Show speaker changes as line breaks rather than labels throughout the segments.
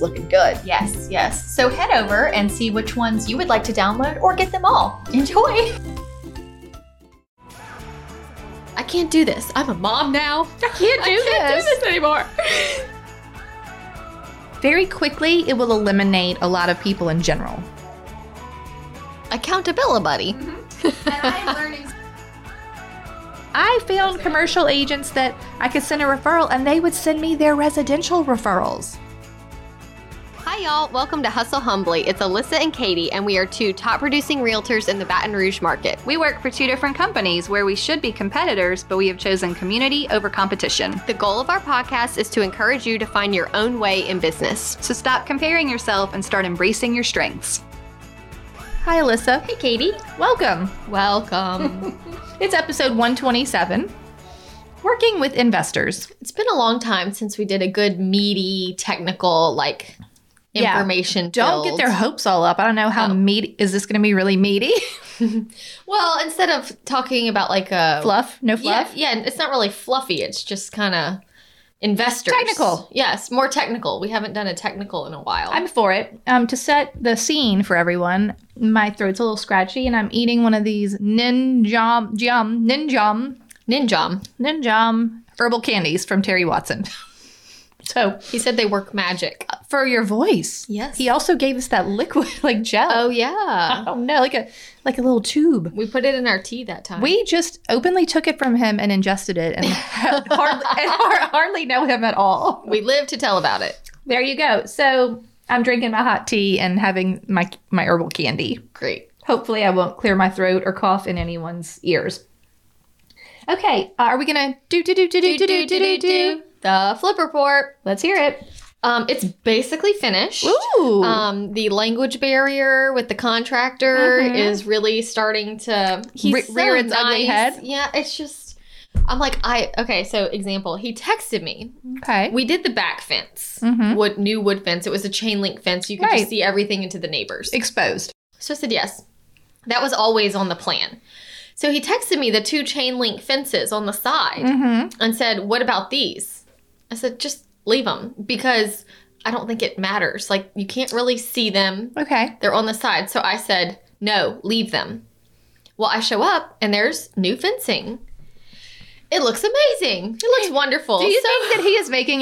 looking good.
Yes, yes. So head over and see which ones you would like to download or get them all. Enjoy. I can't do this. I'm a mom now. I can't do,
can't do
this anymore.
Very quickly, it will eliminate a lot of people in general.
Accountability buddy.
Mm-hmm. I found commercial agents that I could send a referral and they would send me their residential referrals.
Hi, y'all. Welcome to Hustle Humbly. It's Alyssa and Katie, and we are two top producing realtors in the Baton Rouge market.
We work for two different companies where we should be competitors, but we have chosen community over competition.
The goal of our podcast is to encourage you to find your own way in business.
So stop comparing yourself and start embracing your strengths.
Hi, Alyssa.
Hey, Katie.
Welcome.
Welcome.
It's episode 127 Working with Investors.
it's been a long time since we did a good, meaty, technical, like,
Yeah.
information.
Don't get their hopes all up. I don't know how
Oh.
meaty is this going to be really meaty?
Well, instead of talking about like a
fluff? No
yeah,
fluff?
yeah, it's not really fluffy. It's just kind of investors
Technical.
Yes, more technical. We haven't done a technical in a while.
I'm for it. Um, to set the scene for everyone, my throat's a little scratchy and I'm eating one of these ninjam, jam, ninjam,
Ninjam.
ninjam herbal candies from Terry Watson. so
He said they work magic.
for your voice,
Yes.
he also gave us that liquid like gel.
Oh yeah.
oh no, like a like a little tube.
We put it in our tea that time.
We just openly took it from him and ingested it and hardly, and har- hardly know him at all.
we live to tell about it.
There you go. So I'm drinking my hot tea and having my my herbal candy.
Great.
Hopefully, I won't clear my throat or cough in anyone's ears. Okay, uh, are we gonna do do do do do do do do do? do?
The flip report.
Let's hear it.
Um, it's basically finished.
Ooh,
Um, the language barrier with the contractor
Mhm.
is really starting to
Re- rear its ugly head.
Yeah, it's just I'm like I okay. So example, he texted me.
okay.
We did the back fence,
Mhm.
wood new wood fence. It was a chain link fence. You could
Right.
just see everything into the neighbors.
Exposed.
So I said yes. That was always on the plan. So he texted me the two chain link fences on the side
Mm-hmm.
and said, "What about these?" I said, "Just leave them because I don't think it matters. Like you can't really see them."
Okay.
They're on the side. So I said, no, leave them. Well, I show up and there's new fencing. It looks amazing. It looks wonderful.
Do you
So-
think that he is making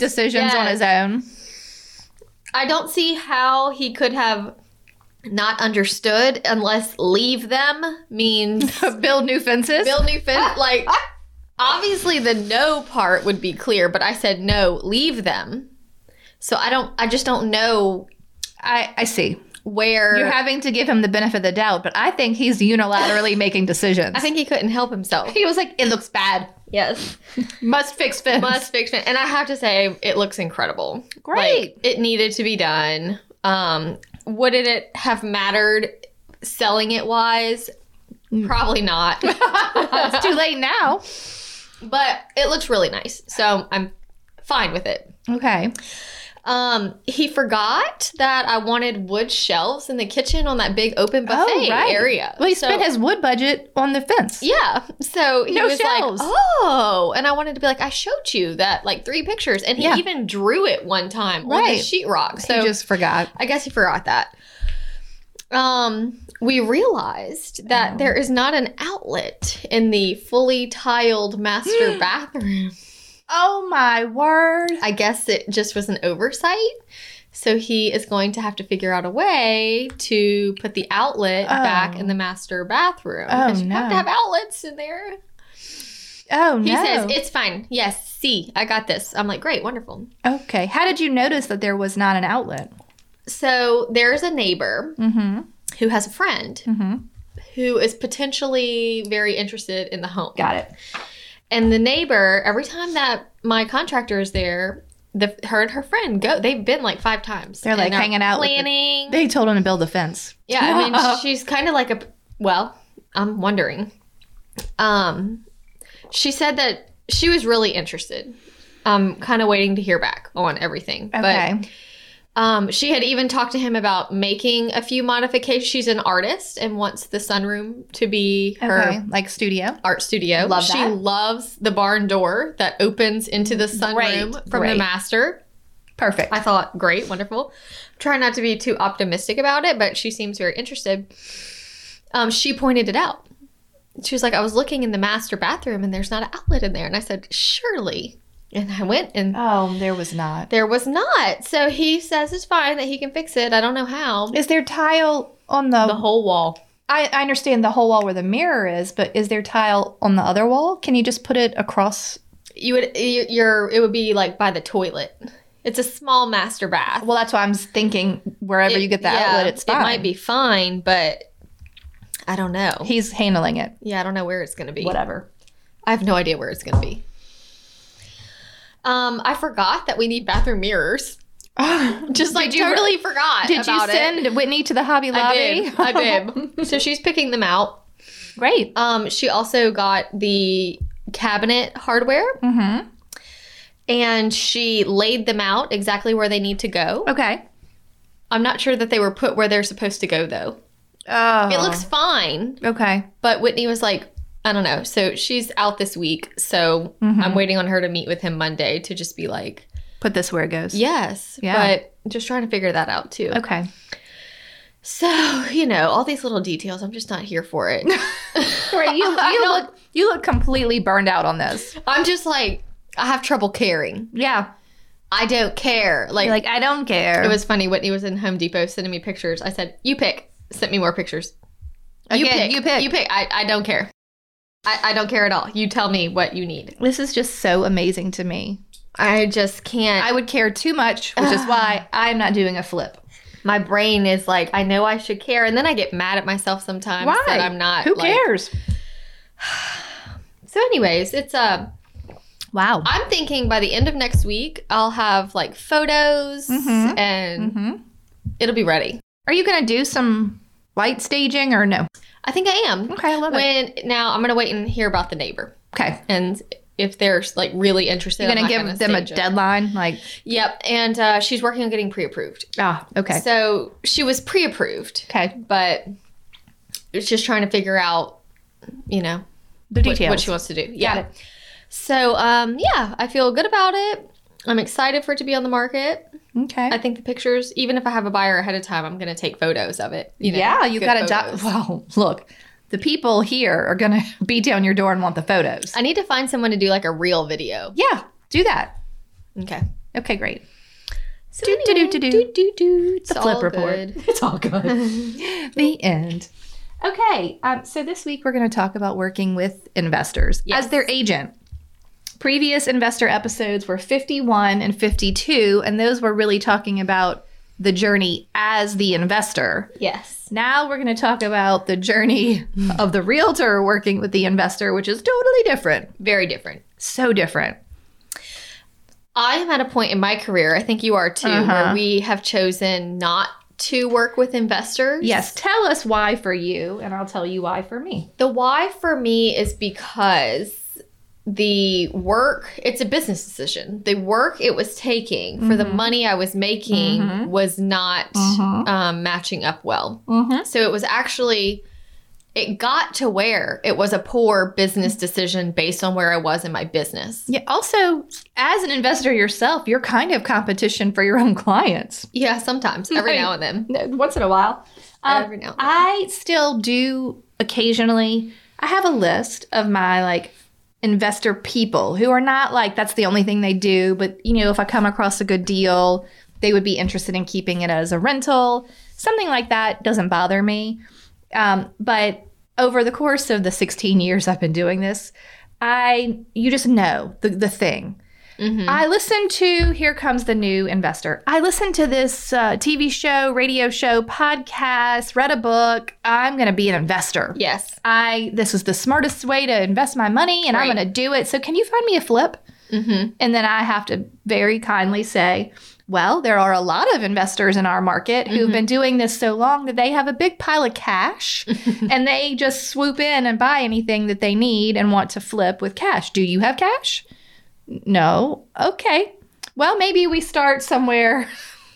Yes,
decisions on
yes.
his own?
I don't see how he could have not understood unless leave them means
Build new fences.
build new fence. like, obviously, the no part would be clear, but I said, no, leave them. So I don't, I just don't know
I I see.
where.
You're having to give him the benefit of the doubt, but I think he's unilaterally making decisions.
I think he couldn't help himself.
he was like, "It looks bad.
Yes.
Must fix fence."
Must fix it. And I have to say, it looks incredible. Like,
Great.
it needed to be done. Um, would it have mattered selling it wise? Probably not.
it's too late now.
but it looks really nice. So I'm fine with it.
Okay.
Um, he forgot that I wanted wood shelves in the kitchen on that big open buffet
Oh, right.
area.
Well, he
So-
spent his wood budget on the fence.
yeah, so he
No
was
shelves.
like, "Oh," and I wanted to be like, "I showed you that like three pictures," and he
Yeah.
even drew it one time on
Right.
the sheetrock. So
he just forgot.
I guess he forgot that. Um, we realized that there is not an outlet in the fully tiled master bathroom.
Oh my word!
I guess it just was an oversight. So he is going to have to figure out a way to put the outlet back
Oh.
in the master bathroom.
Oh,
because you have to
no.
have outlets in there.
Oh no!
He says, It's fine. Yes, see, I got this. I'm like, Great, wonderful.
"Okay." How did you notice that there was not an outlet?
So there's a neighbor
Mm-hmm.
who has a friend
Mm-hmm.
who is potentially very interested in the home.
Got it.
And the neighbor, every time that my contractor is there, the her and her friend go. They've been like five times.
They're, like,
and are
hanging out with the-
planning.
They told him to build a fence.
yeah, I mean, she's kind of like a. Well, I'm wondering. Um, she said that she was really interested. I'm kind of waiting to hear back on everything.
Okay.
But um, she had even talked to him about making a few modifications. She's an artist and wants the sunroom to be her
okay. Like studio.
art studio.
Love
she
that.
loves the barn door that opens into the sunroom
Great,
from
great.
the master.
Perfect.
I thought great, wonderful. Try not to be too optimistic about it, but she seems very interested. Um, she pointed it out. She was like, I was looking in the master bathroom and there's not an outlet in there. And I said, Surely. And I went and
Oh, there was not.
there was not. So he says it's fine that he can fix it. I don't know how.
Is there tile on the?
the whole wall.
I, I understand the whole wall where the mirror is, but is there tile on the other wall? Can you just put it across?
You would, you- you're, it would be like by the toilet. It's a small master bath.
Well, that's why I'm thinking. Wherever
It-
you get the
yeah,
outlet, it's fine.
It might be fine, but I don't know.
He's handling it.
yeah, I don't know where it's going to be.
Whatever.
I have no idea where it's going to be. Um, I forgot that we need bathroom mirrors. Just like
Did you-
totally forgot.
Did you
about it.
send Whitney to the Hobby
I
Lobby?
did. I did. so she's picking them out.
Great.
Um, she also got the cabinet hardware
Mm-hmm.
and she laid them out exactly where they need to go.
Okay.
I'm not sure that they were put where they're supposed to go though.
Oh.
It looks fine,
okay.
But Whitney was like, I don't know. So she's out this week. So
Mm-hmm.
I'm waiting on her to meet with him Monday to just be like,
Put this where it goes.
yes.
Yeah.
But just trying to figure that out too.
Okay.
So, you know, all these little details, I'm just not here for it.
Right. You,
I
you
don't-
look you look completely burned out on this.
I'm just like, I have trouble caring.
Yeah.
I don't care. Like,
You're like I don't care.
it was funny. Whitney was in Home Depot sending me pictures. I said, you pick. Sent me more pictures. you
Again,
pick.
you pick.
You pick. I, I don't care. I, I don't care at all. You tell me what you need.
This is just so amazing to me.
I just can't.
I would care too much, which is why I'm not doing a flip.
my brain is like, I know I should care, and then I get mad at myself sometimes that I'm not.
Who
like-
cares?
So, anyways, it's uh,
Wow.
I'm thinking by the end of next week, I'll have like photos,
Mhm.
and
hmm
it'll be ready.
Are you gonna do some light staging or no?
I think I am.
Okay, I love it.
When now, I'm gonna wait and hear about the neighbor,
Okay.
and if they're like really interested,
You're
I'm
gonna
not
give them a
stage it.
deadline, like
Yep, and uh, she's working on getting pre-approved.
ah, okay,
So she was pre-approved,
okay.
but it's just trying to figure out, you know,
The
what,
details.
what she wants to do. Yeah.
Got it.
So, um, yeah, I feel good about it. I'm excited for it to be on the market.
Okay.
I think the pictures, even if I have a buyer ahead of time, I'm going to take photos of it. know,
yeah, you
good
got to job.
photos.
Well, look, the people here are gonna be down your door and want the photos.
I need to find someone to do like a real video.
yeah, do that.
Okay.
Okay, great.
So
Do, do, do, do, do.
do, do. It's
The flip
all
report.
good.
It's all good. the end. Okay, um, so this week we're going to talk about working with investors
Yes.
as their agent. Previous investor episodes were 51 and 52, and those were really talking about the journey as the investor.
Yes.
Now we're going to talk about the journey of the realtor working with the investor, which is totally different.
Very different.
So different.
I am at a point in my career, I think you are too,
Uh-huh.
where we have chosen not to work with investors.
Yes, tell us why for you, and I'll tell you why for me.
The why for me is because the work, it's a business decision. The work it was taking for the money I was making was not um, matching up well.
Mhm.
So it was actually, it got to where it was a poor business decision based on where I was in my business.
Yeah. Also, as an investor yourself, you're kind of competition for your own clients.
Yeah, sometimes, every
Right.
now and then.
Once in a while. Um,
every now and then.
I still do occasionally. I have a list of my like investor people who are not like that's the only thing they do, but you know, if I come across a good deal, they would be interested in keeping it as a rental. Something like that doesn't bother me. Um, but over the course of the 16 years I've been doing this, I you just know the the thing. I listened to Here Comes the New Investor. I listened to this uh, TV show, radio show, podcast, read a book. I'm going to be an investor.
Yes.
I this is the smartest way to invest my money and I'm
Right.
going to do it. So can you find me a flip?
Mm-hmm.
And then I have to very kindly say, well, there are a lot of investors in our market who've
Mm-hmm.
been doing this so long that they have a big pile of cash and they just swoop in and buy anything that they need and want to flip with cash. Do you have cash? No. Okay. Well, maybe we start somewhere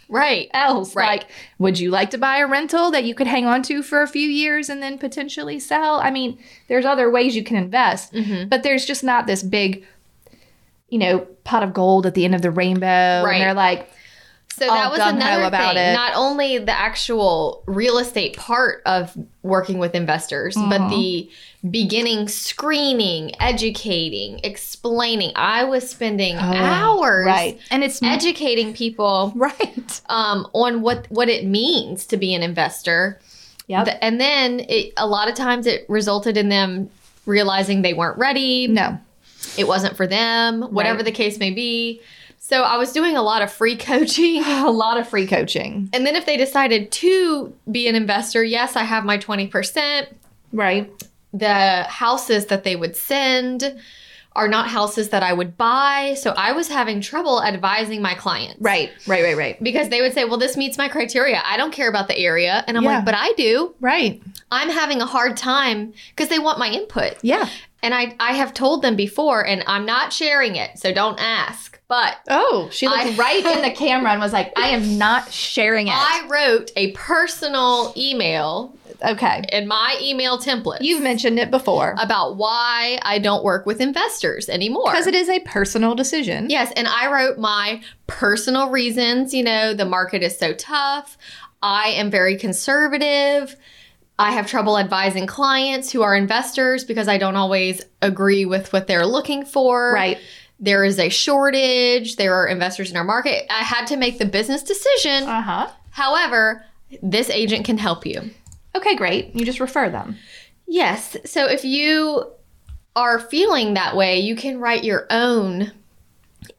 Right.
else.
Right.
Like, would you like to buy a rental that you could hang on to for a few years and then potentially sell? I mean, there's other ways you can invest, but there's just not this big, you know, pot of gold at the end of the rainbow.
Right.
And they're like,
So
all
that was
gung-ho
another
about
thing.
it.
Not only the actual real estate part of working with investors, but the beginning screening, educating, explaining. I was
Oh,
spending hours
And it's
educating people
right.
um, on what what it means to be an investor.
Yep.
Th- And then it, a lot of times it resulted in them realizing they weren't ready.
no.
It wasn't for them, whatever
Right.
the case may be. So I was doing a lot of free coaching.
A lot of free coaching.
And then if they decided to be an investor, yes, I have my 20%.
Right.
The houses that they would send are not houses that I would buy. So I was having trouble advising my clients.
Right. Right. Right. Right.
Because they would say, well, this meets my criteria. I don't care about the area. And I'm
Yeah.
like, but I do.
Right.
I'm having a hard time because they want my input.
Yeah.
And I, I have told them before, and I'm not sharing it. So don't ask. But
Oh, she looked
I-
right in the camera and was like, I am not sharing it.
I wrote a personal email
okay.
in my email template.
You've mentioned it before.
about why I don't work with investors anymore.
Because it is a personal decision.
yes, and I wrote my personal reasons. You know, the market is so tough. I am very conservative. I have trouble advising clients who are investors because I don't always agree with what they're looking for.
Right.
There is a shortage. There are investors in our market. I had to make the business decision.
Uh huh.
However, this agent can help you.
Okay, great. You just refer them.
Yes. So if you are feeling that way, you can write your own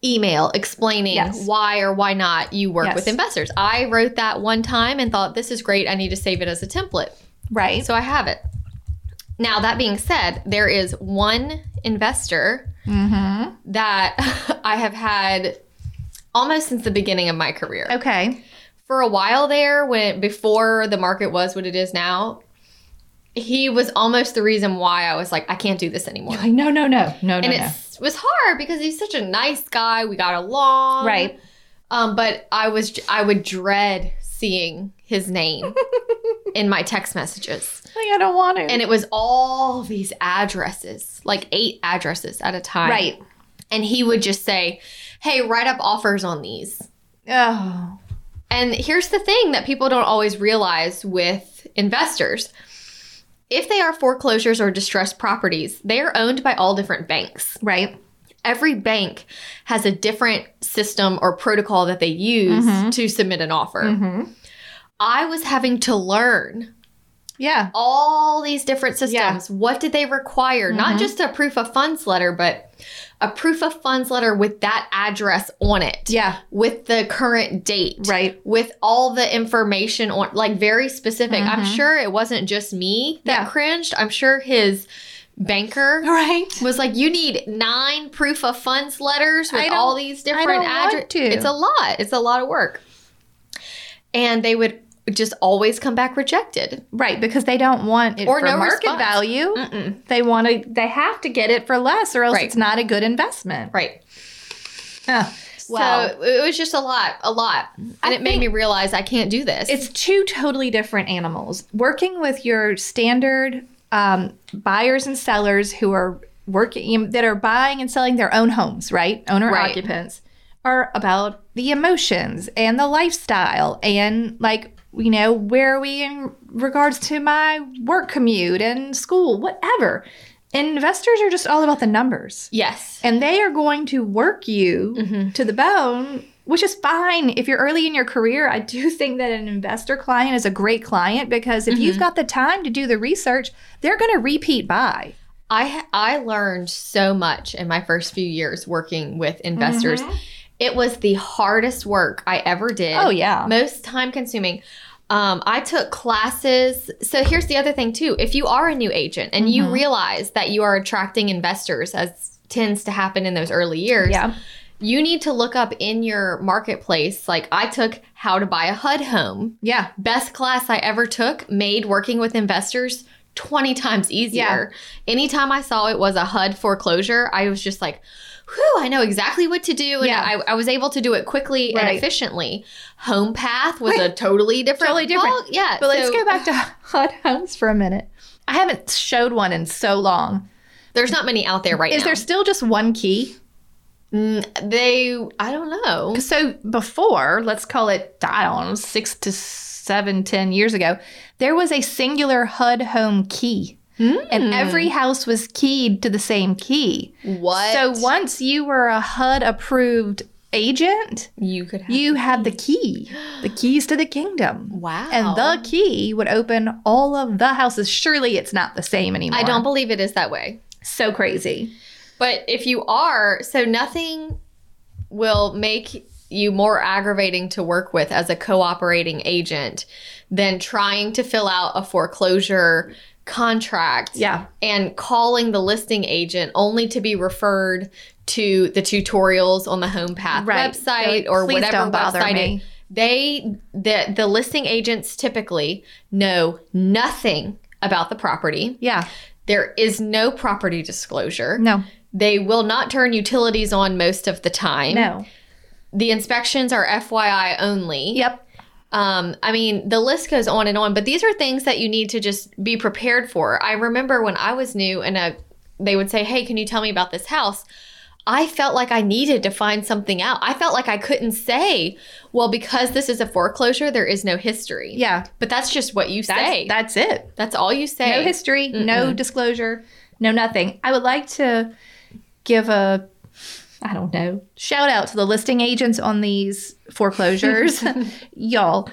email explaining
Yes.
why or why not you work
Yes.
with investors. I wrote that one time and thought, this is great. I need to save it as a template.
Right.
So I have it. Now, that being said, there is one investor
Mm-hmm.
that I have had almost since the beginning of my career
okay.
for a while there when before the market was what it is now he was almost the reason why i was like i can't do this anymore
Like, no, no, no, no, no,
and
no.
it was hard because he's such a nice guy we got along
Right.
um but i was i would dread seeing his name in my text messages
Like, I don't want to.
and it was all these addresses like eight addresses at a time
right.
and he would just say hey write up offers on these
Oh.
And here's the thing that people don't always realize with investors. If they are foreclosures or distressed properties, they are owned by all different banks.
Right.
Every bank has a different system or protocol that they use
Mm-hmm.
to submit an offer. I was having to learn
Yeah.
all these different systems. What did they require?
Mm-hmm.
Not just a proof of funds letter, but a proof of funds letter with that address on it
Yeah.
with the current date.
Right.
With all the information on like very specific. I'm sure it wasn't just me that
Mm-hmm. Yeah.
cringed. I'm sure his banker
Right.
was like, You need nine proof of funds letters
I
with
don't-
all these
I
different
don't want to.
addresses. It's a lot. It's a lot of work. And they would just always come back rejected.
Right. Because they don't want it
Or
for
no
market
response.
value. They want to, they have to get it for less or else
Right.
it's not a good investment.
Right.
Huh. Well,
so it was just a lot, a lot. And
I
it made
think-
me realize I can't do this.
it's two totally different animals. Working with your standard um, buyers and sellers who are working that are buying and selling their own homes, right? Owner
Right.
occupants are about the emotions and the lifestyle and like you know where are we in regards to my work commute and school, whatever. Investors are just all about the numbers.
yes.
And they are going to work you to the bone, which is fine. If you're early in your career, I do think that an investor client is a great client because if you've got the time to do the research, they're going to repeat buy.
I I learned so much in my first few years working with investors. It was the hardest work I ever did.
Mm-hmm. Oh, yeah.
most time consuming. Um, I took classes. So
Mm-hmm.
here's the other thing too: if you are a new agent and you realize that you are attracting investors as tends to happen in those early years.
Yeah.
You need to look up in your marketplace. Like I took how to buy a HUD home.
Yeah.
Best class I ever took made working with investors 20 times easier. Anytime I saw it was a HUD foreclosure, I was just like, whew, I know exactly what to do. And
Yeah.
I, I was able to do it quickly
Right.
and efficiently. Home Path was a totally different.
Totally different.
ball- Yeah.
But let's
so
go back to HUD homes for a minute. I haven't showed one in so long.
There's not many out there right
Is
now.
there still just one key?
Mm, they, I don't know.
So before, let's call it, I don't know, six to seven, ten years ago, there was a singular HUD home key.
Hmm.
And every house was keyed to the same key.
What?
So once you were a HUD approved agent,
you could have.
you had the key, the keys to the kingdom.
wow.
And the key would open all of the houses. Surely it's not the same anymore.
I don't believe it is that way.
So crazy.
But if you are, so nothing will make you more aggravating to work with as a cooperating agent than trying to fill out a foreclosure contract
Yeah.
and calling the listing agent only to be referred to the tutorials on the home path
Right. They're
website
like,
or
"Please
whatever
don't bother
website
me."
it- they the the listing agents typically know nothing about the property
Yeah.
there is no property disclosure
No.
they will not turn utilities on most of the time
No.
the inspections are fyi only
Yep.
um, I mean, the list goes on and on, but these are things that you need to just be prepared for. I remember when I was new and uh they would say, Hey, can you tell me about this house? I felt like I needed to find something out. I felt like I couldn't say, Well, because this is a foreclosure, there is no history.
Yeah.
But that's just what you
That's,
say.
that's it.
that's all you say.
No history, no disclosure, no nothing. I would like to give a I don't know. Shout out to the listing agents on these foreclosures. Y'all,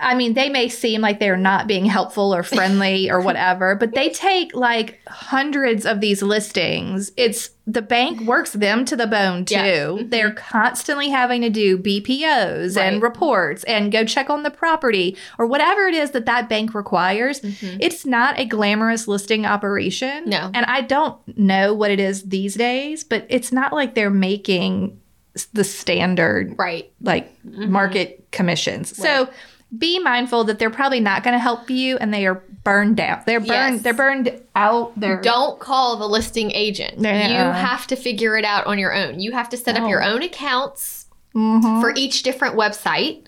I mean, they may seem like they're not being helpful or friendly or whatever, but they take like hundreds of these listings. It's the bank works them to the bone too.
Yeah. Mm-hmm.
They're constantly having to do BPOs and
Right.
reports and go check on the property or whatever it is that that bank requires.
Mm-hmm.
It's not a glamorous listing operation.
No.
And I don't know what it is these days, but it's not like they're making s- the standard
right.
like
Mm-hmm.
market commissions. So be mindful that they're probably not going to help you and they are burned out. They're burned
Yes.
they're burned out. They're
Don't call the listing agent.
No, no,
you
no.
have to figure it out on your own. You have to set up your own accounts
Mhm.
for each different website.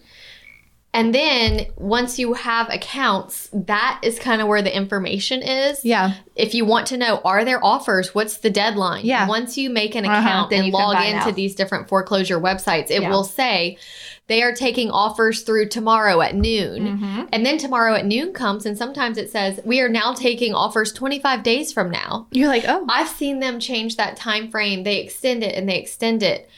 And then once you have accounts, that is kind of where the information is.
Yeah.
If you want to know, are there offers? What's the deadline?
Yeah.
Once you make an
Uh-huh.
account
Then
and
you can
log
find
into
out.
these different foreclosure websites, it
Yeah.
will say they are taking offers through tomorrow at noon.
Mm-hmm.
And then tomorrow at noon comes, and sometimes it says, we are now taking offers 25 days from now.
You're like, "Oh,
I've seen them change that time frame. They extend it and they extend it.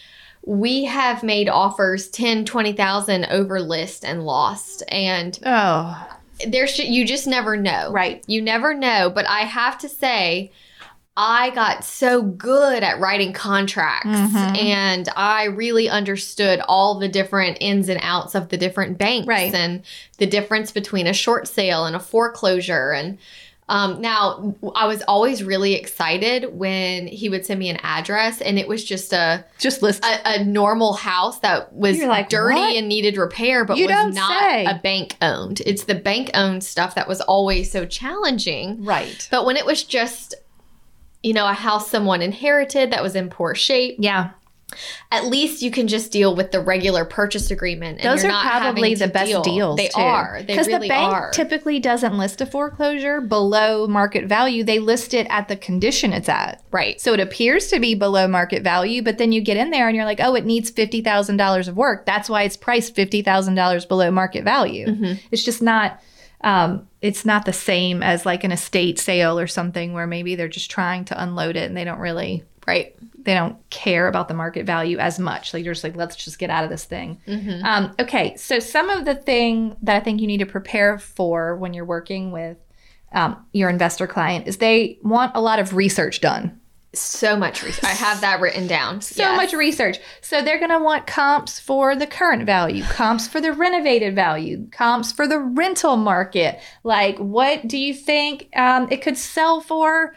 We have made offers 10, 20,000 over list and lost and
oh,
there's ju- you just never know.
Right.
You never know, but I have to say I got so good at writing contracts and I really understood all the different ins and outs of the different banks
Right.
and the difference between a short sale and a foreclosure and um, now I was always really excited when he would send me an address and it was just a
just list
a, a normal house that was
You're like,
dirty
"What?"
and needed repair, but
You don't
was not
say.
a bank owned. It's the bank owned stuff that was always so challenging.
right."
But when it was just, you know, a house someone inherited that was in poor shape,
Yeah.
at least you can just deal with the regular purchase agreement. And
Those
you're
are
not having
probably
to
the best
deal.
deals.
They
too.
are. They really
the bank
are.
typically doesn't list a foreclosure below market value. They list it at the condition it's at.
right.
So it appears to be below market value, but then you get in there and you're like, oh, it needs fifty thousand dollars of work. That's why it's priced fifty thousand dollars below market value. It's just not. Um, it's not the same as like an estate sale or something where maybe they're just trying to unload it and they don't really
Right.
they don't care about the market value as much. Like you're just like, let's just get out of this thing. Um, okay, so some of the thing that I think you need to prepare for when you're working with um, your investor client is they want a lot of research done.
So much research. I have that written down.
So much research. So they're going to want comps for the current value, comps for the renovated value, comps for the rental market. Like, what do you think um, it could sell for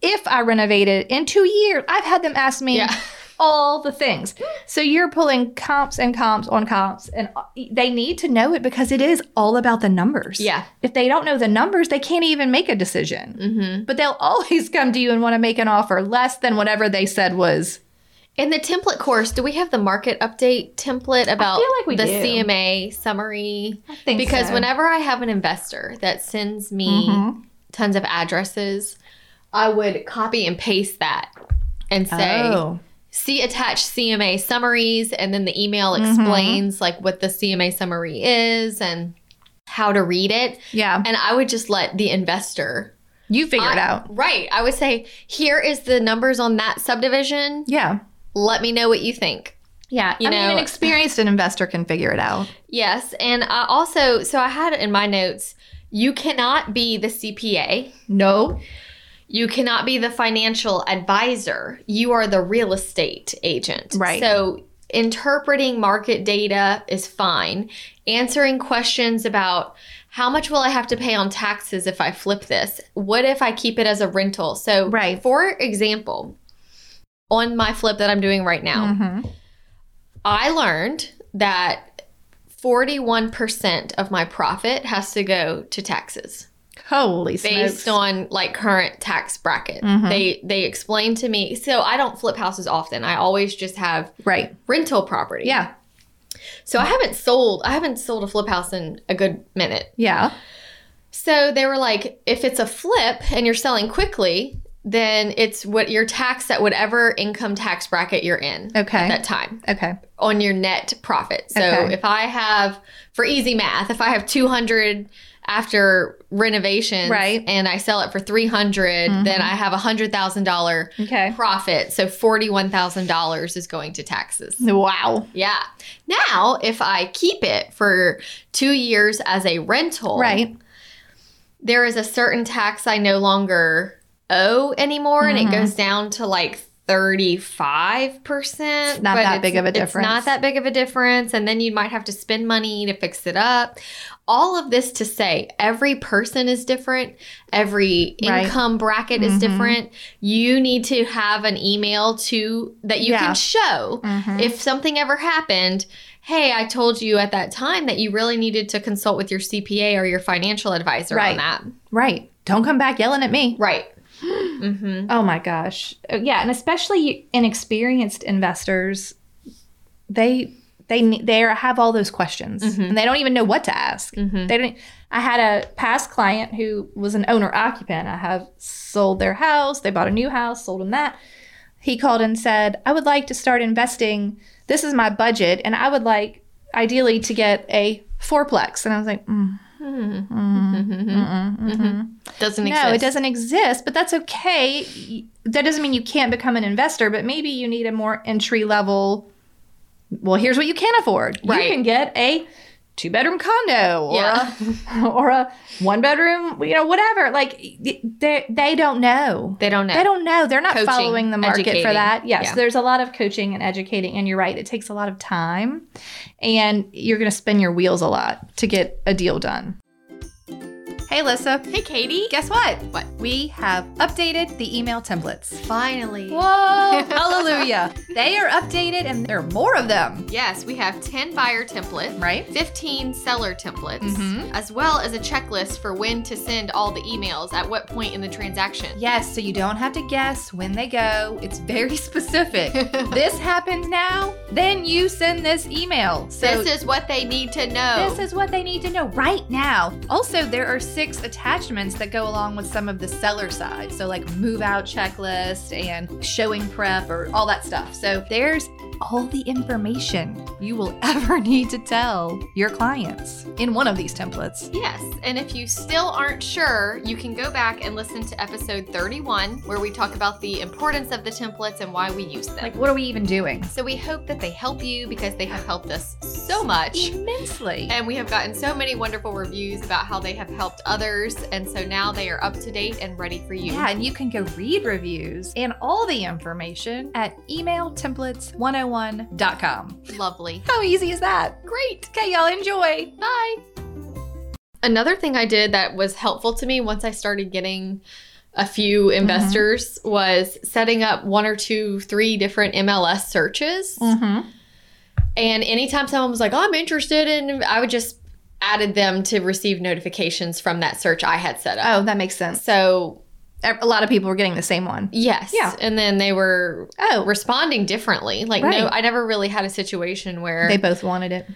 if I renovate it in two years. I've had them ask me
Yeah.
all the things. So you're pulling comps and comps on comps, and uh, they need to know it because it is all about the numbers.
Yeah.
If they don't know the numbers, they can't even make a decision.
Mm-hmm.
But they'll always come to you and want to make an offer less than whatever they said was.
In the template course, do we have the market update template about
feel like we
the
do.
CMA summary?
I think
Because
so.
whenever I have an investor that sends me
Mhm.
tons of addresses, I would copy and paste that and say,
Oh.
see attached CMA summaries, and then the email
Mm-hmm.
explains like what the CMA summary is and how to read it.
yeah,
And I would just let the investor
you figure it
I-
out.
Right. I would say, here is the numbers on that subdivision.
Yeah.
Let me know what you think.
Yeah,
you
I mean,
know-
an experienced an investor can figure it out.
Yes, and I also so I had in my notes, you cannot be the CPA.
No,
You cannot be the financial advisor. You are the real estate agent.
Right.
So interpreting market data is fine. Answering questions about how much will I have to pay on taxes if I flip this? What if I keep it as a rental? So
Right.
for example, on my flip that I'm doing right now,
Mm-hmm.
I learned that 41% of my profit has to go to taxes
holy
based
smokes! Mm-hmm.
on like current tax bracket. They they explained to me. So I don't flip houses often. I always just have
right?
rental property.
Yeah,
So I haven't sold I haven't sold a flip house in a good minute.
yeah,
So they were like, if it's a flip and you're selling quickly, then it's what your tax at whatever income tax bracket you're in
Okay.
at that time
okay,
on your net profit. So
Okay.
if I have, for easy math, if I have 200 after renovations
Right. Mm-hmm.
and I sell it for 300, then I have a $100,000
okay.
profit. So $41,000 is going to taxes.
Wow,
Yeah. Now, if I keep it for two years as a rental,
right?
there is a certain tax I no longer owe anymore, and it
Mm-hmm.
goes down to like 35%. It's
It's not that big of a
It's not
difference.
that big of a difference. And then you might have to spend money to fix it up. All of this to say every person is different, every
Right. Mm-hmm.
income bracket is different. You need to have an email to that you
Yeah. Mm-hmm.
can show if something ever happened. Hey, I told you at that time that you really needed to consult with your CPA or your financial advisor on
Right.
that.
Right. Don't come back yelling at me.
Right. mm-hmm.
Oh my gosh. Uh, Yeah, and especially inexperienced investors, they they ne- they are- have all those questions and they don't even know what to ask. They don't I had a past client who was an owner occupant. I have sold their house, they bought a new house, sold them that. He called and said, "I would like to start investing. This is my budget and I would like ideally to get a fourplex." And I was like, mm,
Doesn't
no,
exist.
it doesn't exist, but that's okay. Y- That doesn't mean you can't become an investor, but maybe you need a more entry level. Well, here's what you can afford.
Right.
You can get a two bedroom condo or
Yeah.
a, or a one bedroom, you know, whatever. Like they they don't know.
They don't know.
They don't know. They're not
Coaching,
following the market
educating.
for that. Yes,
Yeah.
there's a lot of coaching and educating, and you're right. It takes a lot of time, and you're going to spin your wheels a lot to get a deal done. Hey, Lissa.
Hey, Katie.
Guess what?
What?
We have updated the email templates.
Finally.
Whoa! hallelujah! They are updated and there are more of them,
Yes, we have 10 buyer templates.
right?
15 seller templates,
Mhm.
as well as a checklist for when to send all the emails at what point in the transaction.
Yes, so you don't have to guess when they go. It's very specific. this happens now, then you send this email. So
this is what they need to know.
This is what they need to know right now. Also, there are six attachments that go along with some of the seller side. So, like move out checklist and showing prep or all that stuff. So, there's all the information you will ever need to tell your clients in one of these templates.
Yes, and if you still aren't sure, you can go back and listen to episode 31, where we talk about the importance of the templates and why we use them.
Like, what are we even doing?
so we hope that they help you because they have helped us so much.
Immensely.
And we have gotten so many wonderful reviews about how they have helped others. And so now they are up to date and ready for you.
Yeah, and you can go read reviews and all the information at emailtemplates101.com.
Lovely.
How easy is that?
Great.
Okay, y'all enjoy.
Bye. Another thing I did that was helpful to me once I started getting a few
Mm-hmm.
investors was setting up one or two, three different MLS searches.
Mm-hmm.
And anytime someone was like, oh, I'm interested in, I would just added them to receive notifications from that search I had set up.
Oh, that makes sense.
So,
A lot of people were getting the same one.
yes.
Yeah.
And then they were
Oh,
responding differently. Like, no,
Right.
I never really had a situation where.
they both wanted it.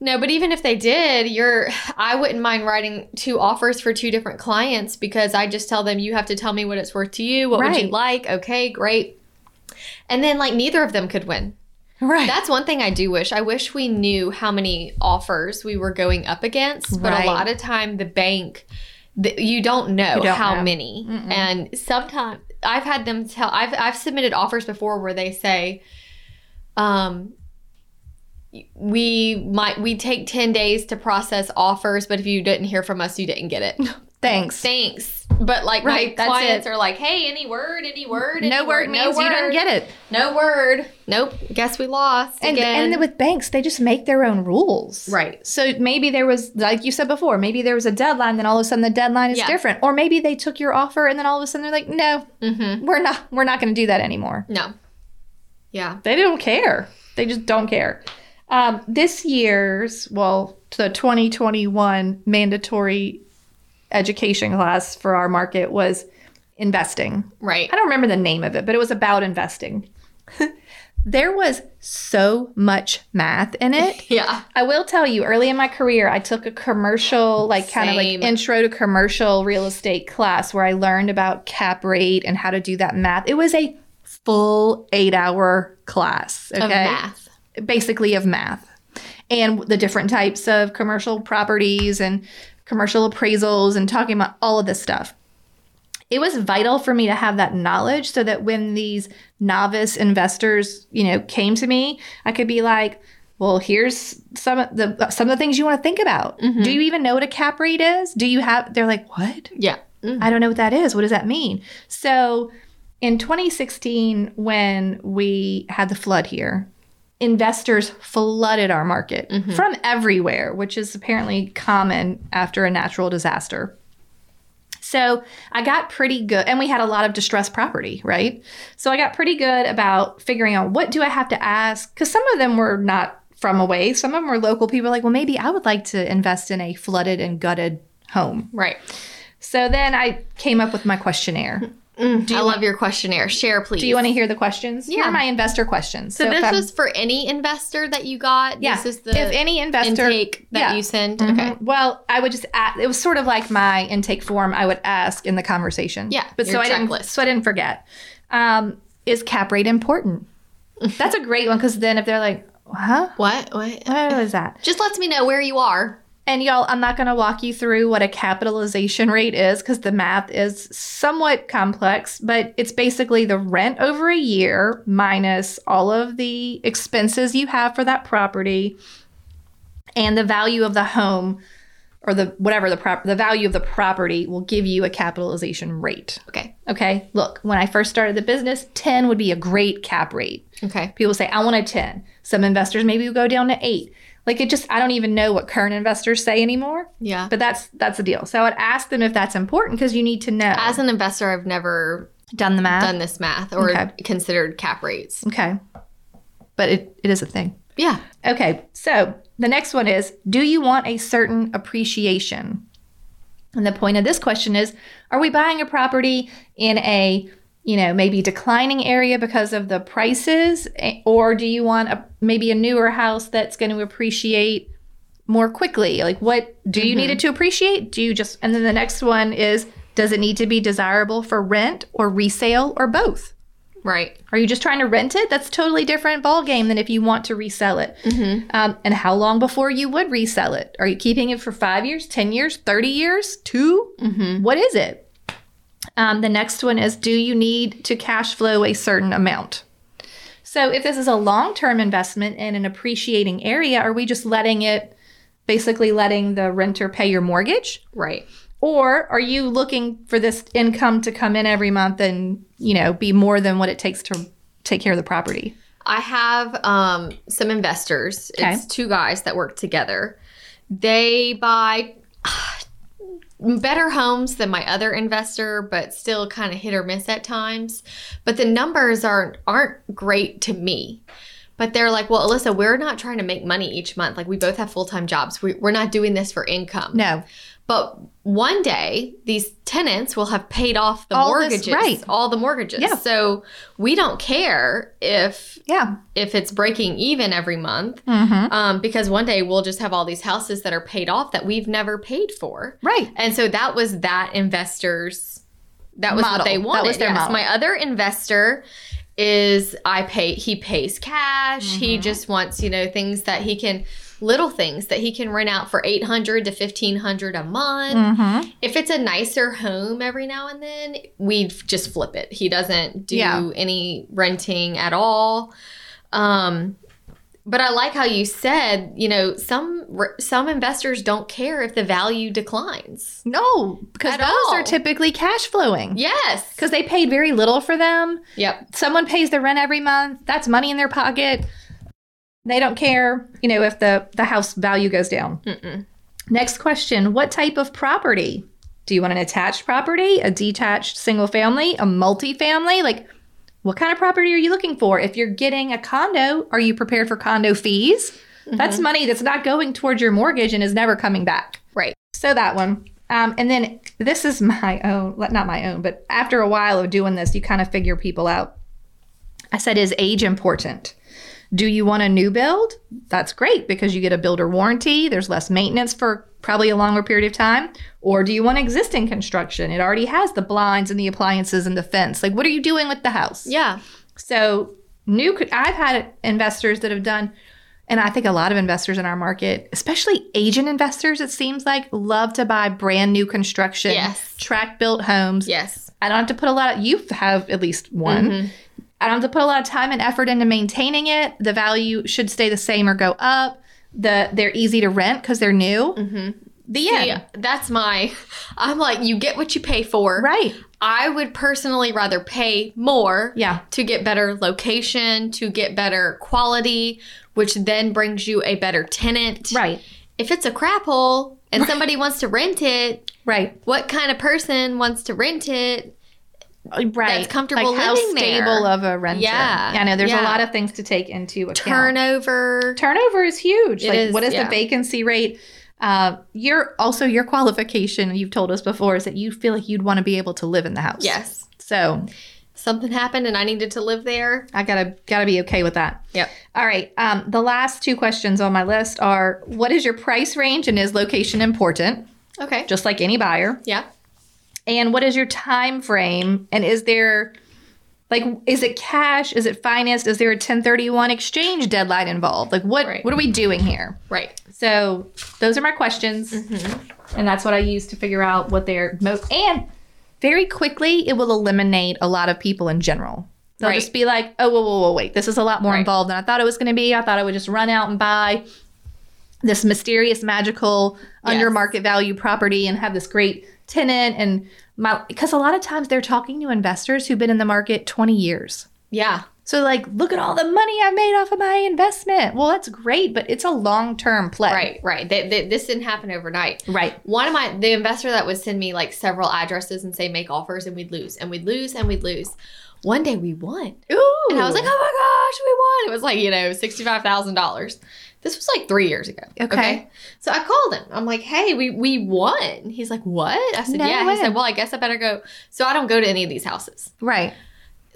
No, but even if they did, you're I wouldn't mind writing two offers for two different clients because I just tell them you have to tell me what it's worth to you. What would you
Right.
like? Okay, great. And then like neither of them could win.
Right.
That's one thing I do wish. I wish we knew how many offers we were going up against, but a
Right.
lot of time the bank th- you don't know
You don't
how
know.
many. And sometimes I've had them tell I've I've submitted offers before where they say um we might we take 10 days to process offers, but if you didn't hear from us, you didn't get it.
Thanks.
Thanks. But like
Right,
my
that's
clients
it.
are like, "Hey, any word, any word, any
No word means you don't get it.
No word. Nope. Guess we lost
And
again.
and with banks, they just make their own rules.
Right.
So maybe there was, like you said before, maybe there was a deadline. Then all of a sudden the deadline is
Yeah.
different, or maybe they took your offer and then all of a sudden they're like, no,
Mm-hmm.
we're not, we're not going to do that anymore.
No. Yeah.
They don't care. They just don't care. Um, this year's, well, the 2021 mandatory education class for our market was investing.
Right.
I don't remember the name of it, but it was about investing. there was so much math in it.
Yeah.
I will tell you, early in my career, I took a commercial, like kind of
Same.
like intro to commercial real estate class where I learned about cap rate and how to do that math. It was a full eight hour class, okay?
Of math.
Basically, of math and the different types of commercial properties and commercial appraisals and talking about all of this stuff. It was vital for me to have that knowledge so that when these novice investors, you know, came to me, I could be like, well, here's some of the some of the things you want to think about. Do you even know what a cap rate is? Do you have they're like, "What?
Yeah. Mm.
I don't know what that is. What does that mean? So in 2016, when we had the flood here, investors flooded our market from everywhere, which is apparently common after a natural disaster. So I got pretty good, and we had a lot of distressed property, right? So I got pretty good about figuring out what do I have to ask because some of them were not from away, some of them were local people. Like, well, maybe I would like to invest in a flooded and gutted home.
Right.
So then I came up with my questionnaire.
Mm-hmm. I love your questionnaire. Share, please.
Do you want to hear the questions? Here
Yeah.
are my investor questions.
So,
if
this
I'm-
was for any investor that you got.
yeah.
This is the
if any investor
intake that
yeah. Mm-hmm.
you send.
Okay.
Okay.
Mm, Well, I would just ask, it was sort of like my intake form. I would ask in the conversation.
Yeah,
but so
your
I
checklist.
didn't so I didn't forget. Um, is cap rate important? That's a great one because then if they're like, huh,
What? What?
what was that?
Just lets me know where you are.
And y'all, I'm not going to walk you through what a capitalization rate is because the math is somewhat complex, but it's basically the rent over a year minus all of the expenses you have for that property and the value of the home or the whatever the prop the value of the property will give you a capitalization rate.
Okay.
Okay? Look, when I first started the business, 10 would be a great cap rate.
Okay.
People say, I want a 10. Some investors maybe will go down to eight. Like it just, I don't even know what current investors say anymore.
Yeah.
But that's that's the deal. So I'd ask them if that's important because you need to know.
As an investor, I've never
done the math.
done this math or
Okay.
considered cap rates.
Okay. But it, it is a thing.
Yeah.
Okay. So the next one is do you want a certain appreciation? And the point of this question is are we buying a property in a you know maybe declining area because of the prices eh, or do you want a, maybe a newer house that's going to appreciate more quickly like what do you need it to appreciate do you just and then the next one is does it need to be desirable for rent or resale or both
Right.
are you just trying to rent it? That's totally different ball game than if you want to resell it. Um, and how long before you would resell it? Are you keeping it for five years, ten years, thirty years, 2 What is it? Um, the next one is: Do you need to cash flow a certain amount? So, if this is a long-term investment in an appreciating area, are we just letting it, basically letting the renter pay your mortgage?
Right.
or are you looking for this income to come in every month and you know be more than what it takes to take care of the property
I have um, some investors.
Okay.
It's two guys that work together. They buy better homes than my other investor, but still kind of hit or miss at times. But the numbers aren't aren't great to me. But they're like, well, Alyssa, we're not trying to make money each month. Like we both have full time jobs. We, we're not doing this for income.
No.
But one day, these tenants will have paid off the
All this-
mortgages,
right.
all the mortgages.
Yeah.
So we don't care if
Yeah.
if it's breaking even every month,
Mm-hmm.
um, because one day we'll just have all these houses that are paid off that we've never paid for.
Right.
And so that was that investor's that was
Model.
what they
That was
wanted.
their model.
My other investor is I pay he pays cash.
Mm-hmm.
He just wants, you know, things that he can little things that he can rent out for 800 to 1500 a month.
Mm-hmm.
If it's a nicer home every now and then, we f- just flip it. He doesn't do
Yeah.
any renting at all. Um but I like how you said, you know, some r- some investors don't care if the value declines.
No, because
At
those are
all.
typically cash flowing.
Yes.
Because they paid very little for them.
Yep.
Someone pays their rent every month. That's money in their pocket. They don't care, you know, if the, the house value goes down.
Mm-mm.
Next question What type of property? Do you want an attached property, a detached single family, a multifamily? Like, what kind of property are you looking for? If you're getting a condo, are you prepared for condo fees? That's money that's not going towards your mortgage and is never coming back.
Right.
So that one. Um, and then this is my own, well, not my own, but after a while of doing this, you kind of figure people out. I said, is age important? Do you want a new build? That's great because you get a builder warranty. There's less maintenance for probably a longer period of time. Or do you want existing construction? It already has the blinds and the appliances and the fence. Like, what are you doing with the house?
Yeah.
So new, I've had investors that have done, and I think a lot of investors in our market, especially Asian investors, it seems like love to buy brand new construction,
Yes.
track built homes.
Yes.
I don't have to put a lot. Of, you have at least one.
Mm-hmm.
I don't have to put a lot of time and effort into maintaining it. The value should stay the same or go up. The they're easy to rent because they're new.
Mm-hmm.
The
Yeah.
end.
That's my. I'm like, you get what you pay for.
Right.
I would personally rather pay more.
Yeah.
To get better location, to get better quality, which then brings you a better tenant.
Right.
If it's a crap hole and somebody wants to rent it,
Right.
what kind of person wants to rent it?
Right.
comfortable
how
living there.
stable of a renter.
Yeah.
I know there's a
Yeah.
lot of things to take into account.
Turnover.
turnover is huge.
It
like,
is,
what is the
yeah.
vacancy rate? Uh, your also your qualification you've told us before is that you feel like you'd want to be able to live in the house.
Yes.
So
Something happened and I needed to live there.
I gotta gotta be okay with that.
Yep.
All right. Um, the last two questions on my list are: What is your price range, and is location important?
Okay.
Just like any buyer.
Yeah.
And what is your time frame? And is there like is it cash? Is it financed? Is there a 1031 exchange deadline involved? Like what
Right.
what are we doing here?
Right.
So those are my questions,
Mm-hmm.
and that's what I use to figure out what their mo and very quickly it will eliminate a lot of people in general. They'll
Right.
just be like, oh, whoa, whoa, whoa, wait, this is a lot more
Right.
involved than I thought it was going to be. I thought I would just run out and buy this mysterious, magical, under
Yes.
market value property and have this great tenant and my because a lot of times they're talking to investors who've been in the market 20 years.
Yeah.
So like, look at all the money I made off of my investment. Well, that's great, but it's a long-term play.
Right. Right. Th- th- this didn't happen overnight.
Right.
one of my the investor that would send me like several addresses and say make offers and we'd lose and we'd lose and we'd lose one day we won
Ooh.
and i was like oh my gosh we won it was like you know $65000 this was like three years ago
Okay.
so i called him i'm like hey we we won he's like what i said
No
yeah
way.
he said well i guess i better go so i don't go to any of these houses
right.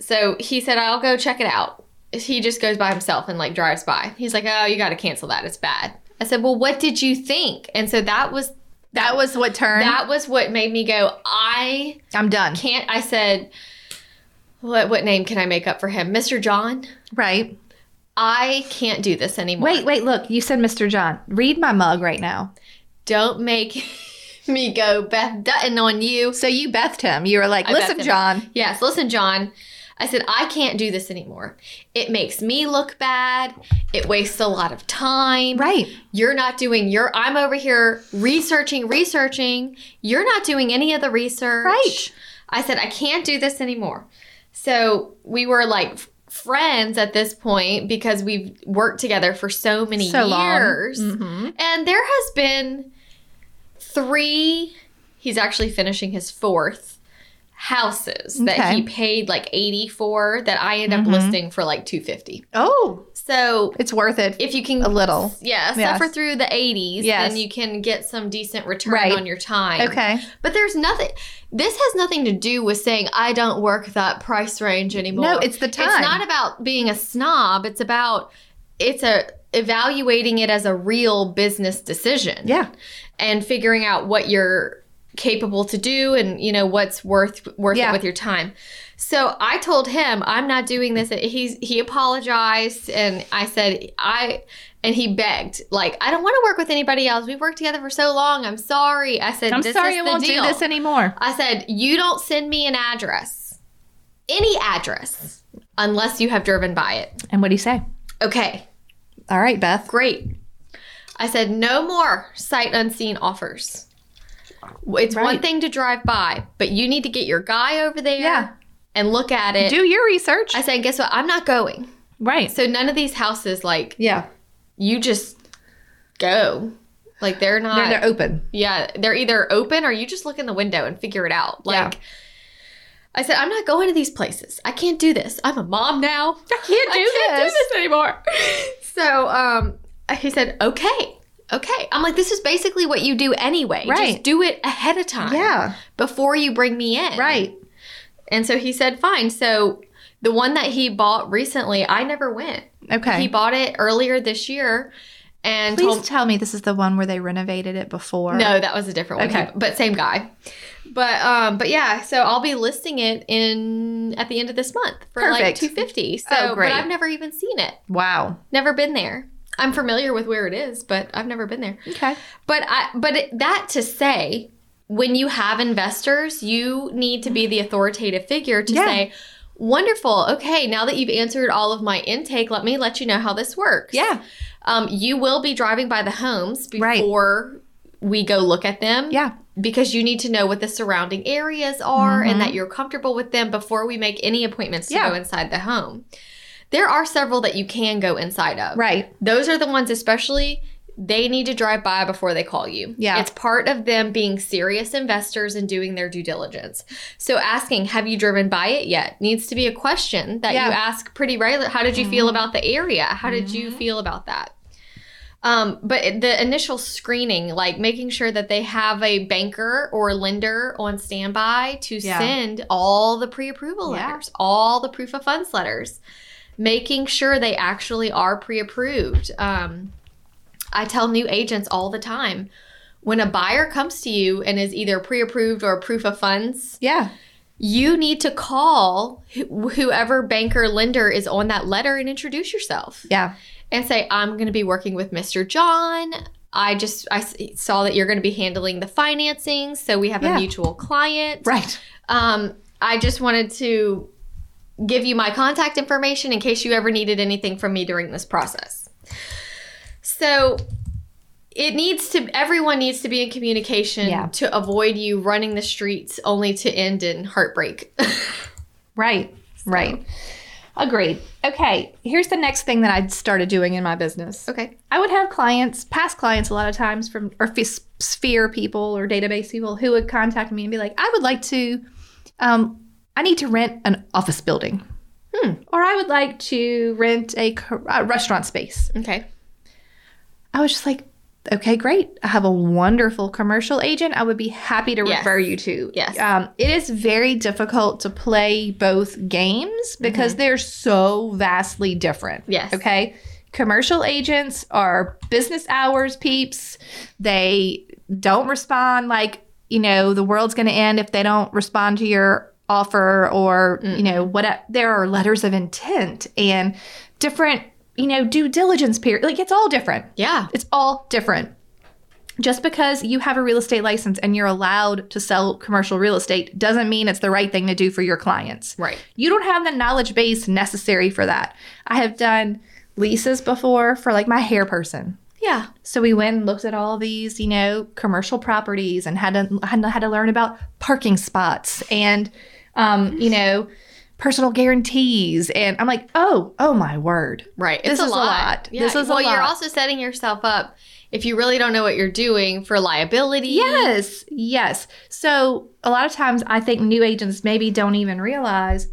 so he said i'll go check it out he just goes by himself and like drives by he's like oh you got to cancel that it's bad i said well what did you think and so that was
That was what turned.
that was what made me go i
I'm done.
can't i said what, what name can i make up for him mr john
Right.
i can't do this anymore
Wait, wait, look. You said Mr. John. Read my mug right now.
don't make me go beth dutton on you
So you bethed him. You were like,
I
listen,
bethed him.
John.
yes listen john i said i can't do this anymore it makes me look bad it wastes a lot of time
Right.
you're not doing your i'm over here researching researching you're not doing any of the research
Right.
i said i can't do this anymore so we were like f- friends at this point because we've worked together for so many
So long. Mm-hmm.
years and there has been three He's actually finishing his fourth houses that
Okay. Mm-hmm.
he paid like 80 for that I end up listing for like 250.
Oh,
So
it's worth it.
if you can
a little.
yeah,
Yes.
suffer through the 80s,
Yes.
then you can get some decent return
Right.
on your time.
Okay.
But there's nothing. This has nothing to do with saying I don't work that price range anymore.
No, it's the
It's
time.
not about being a snob. It's about it's a evaluating it as a real business decision.
Yeah.
and figuring out what you're capable to do and you know what's worth worth
Yeah.
it with your time. So I told him I'm not doing this. He's he apologized and I said I and he begged like I don't want to work with anybody else. We've worked together for so long. I'm sorry. I said
I'm
this
sorry
is
I
the
won't
deal.
do this anymore.
I said, You don't send me an address, any address, unless you have driven by it.
And what do you say?
Okay,
All right, Beth.
great. I said, No more sight unseen offers. It's one
Right.
thing to drive by, but you need to get your guy over there
Yeah.
and look at it.
Do your research.
I said, Guess what? I'm not going.
right.
So none of these houses, like,
yeah.
you just go. Like, they're not.
They're, they're open.
Yeah, they're either open or you just look in the window and figure it out.
Yeah.
Like I said, I'm not going to these places. I can't do this. I'm a mom now. I can't do,
this.
do this anymore. So um, he said, okay, okay. I'm like, this is basically what you do anyway. Just
Right.
do it ahead of time.
Yeah.
Before you bring me in.
Right.
And so he said, fine. So the one that he bought recently, I never went.
Okay.
He bought it earlier this year and
Please
told
tell me this is the one where they renovated it before.
No, that was a different one.
Okay.
He- But same guy. But um but yeah, so I'll be listing it in at the end of this month for like
Perfect.
250. So
Oh, great.
but I've never even seen it.
Wow.
Never been there. I'm familiar with where it is, but I've never been there.
Okay.
But I but it, that to say when you have investors, you need to be the authoritative figure to
Yeah.
say Wonderful. Okay, now that you've answered all of my intake, let me let you know how this works.
Yeah.
Um, you will be driving by the homes
Right.
before we go look at them.
Yeah.
Because you need to know what the surrounding areas are and that you're comfortable with them before we make any appointments to
Yeah.
go inside the home. There are several that you can go inside of.
Right.
Those are the ones, especially, they need to drive by before they call you.
Yeah.
It's part of them being serious investors and doing their due diligence. So, asking, have you driven by it yet, needs to be a question that
Yeah. Mm-hmm.
you ask pretty regularly. How did you feel about the area? How did you feel about that? Um, but it- the initial screening, like making sure that they have a banker or lender on standby to
Yeah.
send all the pre approval
Yeah.
letters, all the proof of funds letters, making sure they actually are pre approved. Um, I tell new agents all the time when a buyer comes to you and is either pre approved or proof of funds,
Yeah.
you need to call wh- whoever banker lender is on that letter and introduce yourself
Yeah.
and say i'm going to be working with mr john i just i s- saw that you're going to be handling the financing so we have a
Yeah.
mutual client
Right.
um, i just wanted to give you my contact information in case you ever needed anything from me during this process so it needs to everyone needs to be in communication
Yeah.
to avoid you running the streets only to end in heartbreak
Right. Right. Agreed. Okay. Here's the next thing that I started doing in my business.
okay
I would have clients, past clients, a lot of times from or f- sphere people or database people who would contact me and be like, "I would like to, um, I need to rent an office building, hmm. or I would like to rent a, co- a restaurant space."
okay
I was just like, okay, great. I have a wonderful commercial agent. I would be happy to
Yes.
refer you to.
Yes.
Um, it is very difficult to play both games because they're so vastly different.
Mm-hmm. Yes.
Okay. Commercial agents are business hours peeps. They don't respond like, you know, the world's going to end if they don't respond to your offer or,
Mm.
you know, what e-, there are letters of intent and different, you know, due diligence period. Like it's all different.
yeah
It's all different. Just because you have a real estate license and you're allowed to sell commercial real estate doesn't mean it's the right thing to do for your clients.
Right.
You don't have the knowledge base necessary for that. I have done leases before for like my hair person.
yeah
So we went and looked at all these, you know, commercial properties and had to had, had to learn about parking spots and, um, you know, personal guarantees. And I'm like, oh, oh my word,
Right.
This
it's a
is a
lot.
lot. This is a
well, you're
lot.
also setting yourself up if you really don't know what you're doing for liability.
Yes, yes. So a lot of times I think new agents maybe don't even realize,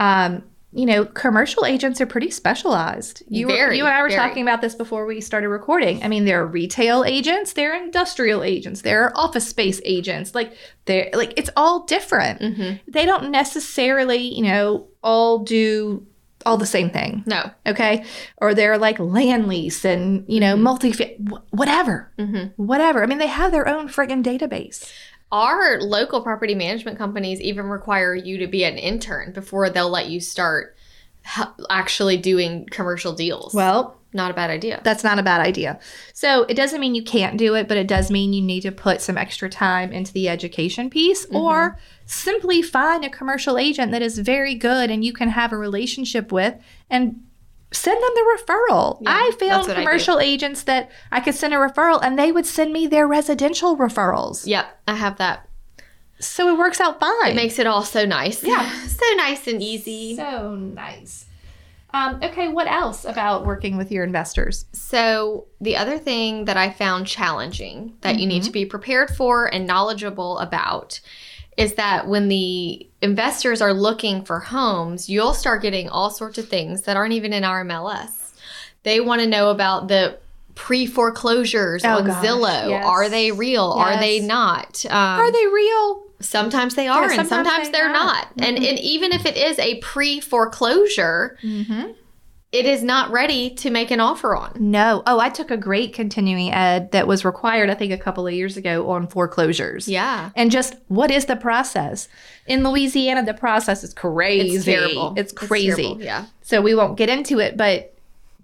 um, you know, commercial agents are pretty specialized. You, were-
Very,
you and I were
very.
talking about this before we started recording. I mean, there are retail agents, there are industrial agents, there are office space agents. Like they're like it's all different.
Mhm.
They don't necessarily, you know, all do all the same thing
No.
okay or they're like land lease and
Mm-hmm.
you know multi whatever
Mhm.
whatever i mean they have their own friggin database
Our local property management companies even require you to be an intern before they'll let you start h- actually doing commercial deals.
well
not a bad idea.
that's not a bad idea so it doesn't mean you can't do it but it does mean you need to put some extra time into the education piece
Mm-hmm.
or simply find a commercial agent that is very good and you can have a relationship with and send them the referral
Yeah,
i
that's
found
what I do.
commercial agents that i could send a referral and they would send me their residential referrals
Yep, I have that.
so it works out fine
It makes it all so nice.
Yeah.
so nice and easy.
So nice. Um, okay, what else about working with your investors?
So, the other thing that I found challenging that you need
Mm-hmm.
to be prepared for and knowledgeable about is that when the investors are looking for homes, you'll start getting all sorts of things that aren't even in our MLS. They want to know about the pre foreclosures
Oh,
on
gosh,
Zillow.
yes.
Are they real? Are they
Yes.
not? Um,
Are they real?
Sometimes they are, and
sometimes
sometimes
they Mm-hmm.
they're
are.
not. And, and even if it is a pre foreclosure,
Mm-hmm.
it is not ready to make an offer on.
No. Oh, I took a great continuing ed that was required, I think, a couple of years ago on foreclosures.
Yeah.
And just what is the process? In Louisiana, the process is crazy.
It's terrible.
It's crazy.
terrible, yeah.
So we won't get into it, but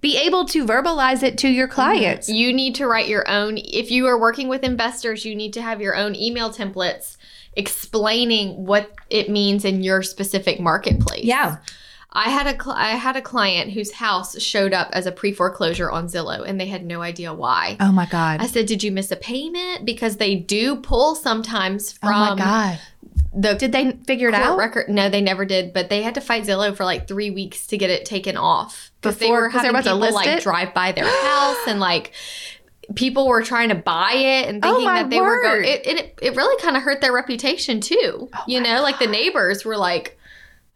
be able to verbalize it to your clients.
You need to write your own. If you are working with investors, you need to have your own email templates explaining what it means in your specific marketplace.
Yeah.
I had a cl- I had a client whose house showed up as a pre-foreclosure on Zillow and they had no idea why.
Oh my God.
I said, "Did you miss a payment?" because they do pull sometimes
oh my
from
God.
the
Did they figure it
court
out?
record. No, they never did, but they had to fight Zillow for like three weeks to get it taken off. Because they
Before-
were
'cause they
having
were about to
people
list
like
it?
drive by their house and like people were trying to buy it and
Oh,
thinking
my
that they were
word. Oh,
going. It, it it really kind of hurt their reputation too. you know, like the neighbors were like.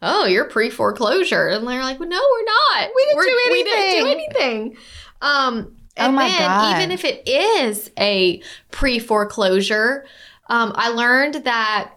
Oh, you're pre foreclosure, and they're like, well, "No, we're not. We
didn't
are
do
We didn't do
anything."
anything." Um,
Oh
and
my
then,
God.
even if it is a pre foreclosure, um, I learned that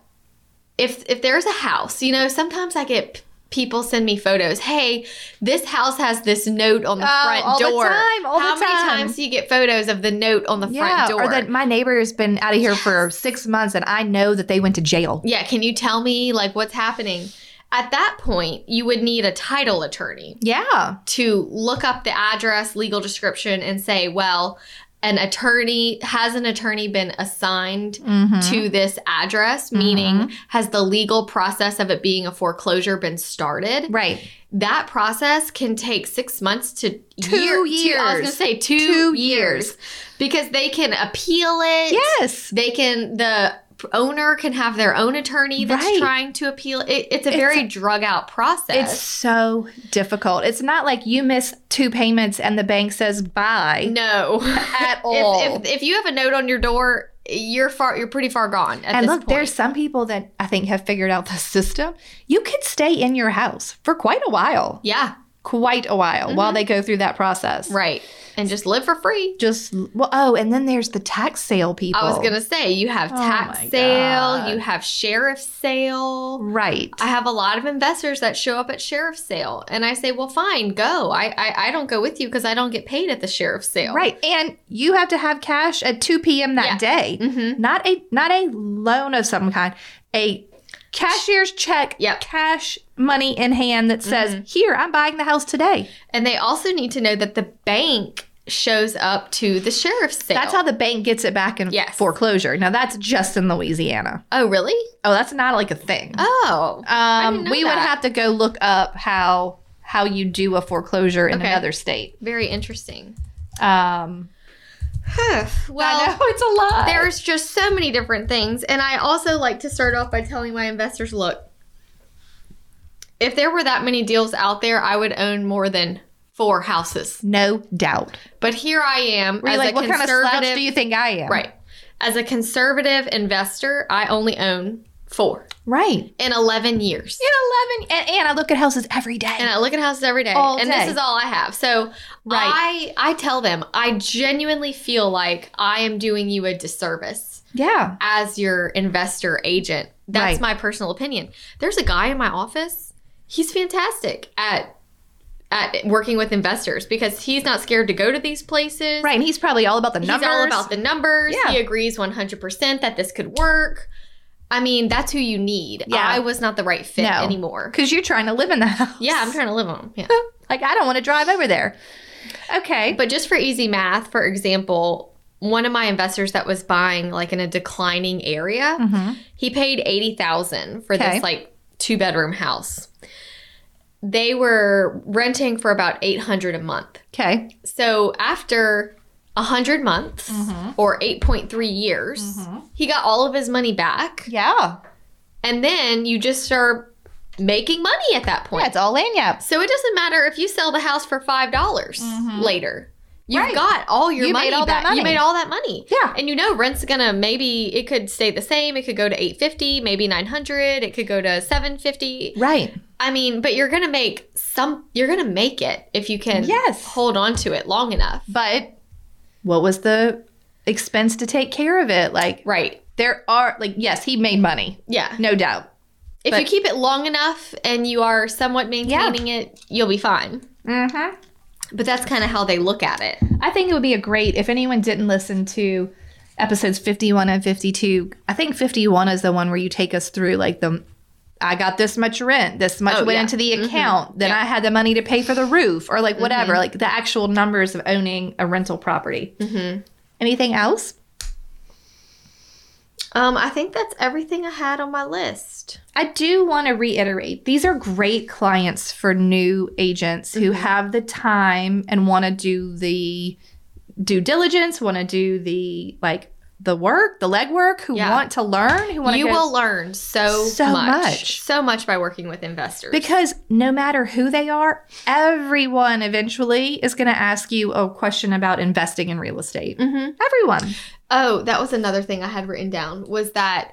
if if there's a house, you know, sometimes I get p- people send me photos. Hey, this house has this note on the
Oh,
front
all the
door.
time, all the
How
time.
many times do you get photos of the note on the front door?
Or that my neighbor has been out of here for six months and I know that they went to jail.
yeah, can you tell me like what's happening? At that point, you would need a title attorney
Yeah.
to look up the address, legal description, and say, well, an attorney has an attorney been assigned
Mm-hmm.
to this address, meaning has the legal process of it being a foreclosure been started?
Right.
that process can take six months to year- two- I
Two
was
years.
gonna say two,
Two
years.
years.
because they can appeal it.
Yes.
they can. The owner can have their own attorney that's
Right.
trying to appeal. It, it's a very drug out process.
It's so difficult. It's not like you miss two payments and the bank says bye
no,
at all.
if, if if you have a note on your door, you're far. You're pretty far gone. At
and
this
look,
point.
there's some people that I think have figured out the system. You could stay in your house for quite a while,
yeah,
quite a while while they go through that process.
Mm-hmm. right, and just live for free.
Just, well, oh, and then there's the tax sale people.
I was gonna say you have tax
Oh. my
sale,
God.
you have sheriff sale.
Right.
I have a lot of investors that show up at sheriff's sale, and I say, "Well, fine, go. I I, I don't go with you because I don't get paid at the sheriff's sale."
Right, and you have to have cash at 2 p.m. that day.
Mhm.
Not a not a loan of some kind, a cashier's check,
Yep. Mm-hmm.
cash money in hand that says, "Here, I'm buying the house today."
And they also need to know that the bank shows up to the sheriff's sale.
That's how the bank gets it back in
Yes.
foreclosure. Now that's just in Louisiana.
Oh, really?
Oh, that's not like a thing.
Oh,
um,
didn't know
we would
that.
have to go look up how how you do a foreclosure in
Okay.
another state.
very interesting.
Um,
well,
I know it's a lot.
there's just so many different things. And I also like to start off by telling my investors look, if there were that many deals out there, I would own more than for houses.
No doubt.
But here I am
Were you
as
like,
a
what kind of
conservative.
slouch do you think I am?
right. As a conservative investor, I only own four
Right.
in 11 years.
In 11, and, and I look at houses every day.
And I look at houses every day.
All
and
day.
this is all I have. So
Right.
I I tell them I genuinely feel like I am doing you a disservice
yeah.
as your investor agent. That's
Right.
my personal opinion. There's a guy in my office. He's fantastic at at working with investors because he's not scared to go to these places.
Right. And he's probably all about the numbers.
He's all about the numbers.
Yeah.
He agrees 100% that this could work. I mean, that's who you need.
Yeah.
I was not the right fit
No.
anymore.
Because you're trying to live in the house.
Yeah, I'm trying to live on. 'em. Yeah.
Like, I don't want to drive over there. Okay.
But just for easy math, for example, one of my investors that was buying like in a declining area, he paid 80,000 for
Mm-hmm. Okay.
this like two bedroom house. They were renting for about 800 a month.
okay.
So after 100 months
Mm-hmm.
or 8.3 years, he got all of his money back.
Yeah.
And then you just start making money at that point.
Yeah, it's all lanyards.
So it doesn't matter if you sell the house for five dollars later. You've
Mm-hmm. Right.
got all your
You
money
made all that
back. You
money.
made all that money.
Yeah.
And you know rent's gonna maybe it could stay the same. It could go to eight fifty, maybe nine hundred, it could go to seven fifty.
Right.
I mean, but you're gonna make some you're gonna make it if you can
Yes.
hold on to it long enough.
But what was the expense to take care of it? Like,
Right.
there are, like, yes, he made money.
Yeah.
No doubt.
if
but-
you keep it long enough and you are somewhat maintaining it, you'll be fine.
Mm hmm.
But that's kind of how they look at it.
I think it would be a great if anyone didn't listen to episodes 51 and 52. I think 51 is the one where you take us through like the I got this much rent, this much
Oh,
went
yeah. Mm-hmm.
into the account, then I had the money to pay for the roof or like whatever, like the actual numbers of owning a rental property. Mm-hmm. Anything else?
Um, I think that's everything I had on my list.
I do want to reiterate these are great clients for new agents who
Mm-hmm.
have the time and want to do the due diligence, want to do the like the work, the legwork, who
Yeah.
want to learn, who want
you
to
will learn so,
So
much,
much.
so much by working with investors
because no matter who they are, everyone eventually is going to ask you a question about investing in real estate.
Mhm.
Everyone.
oh that was another thing i had written down was that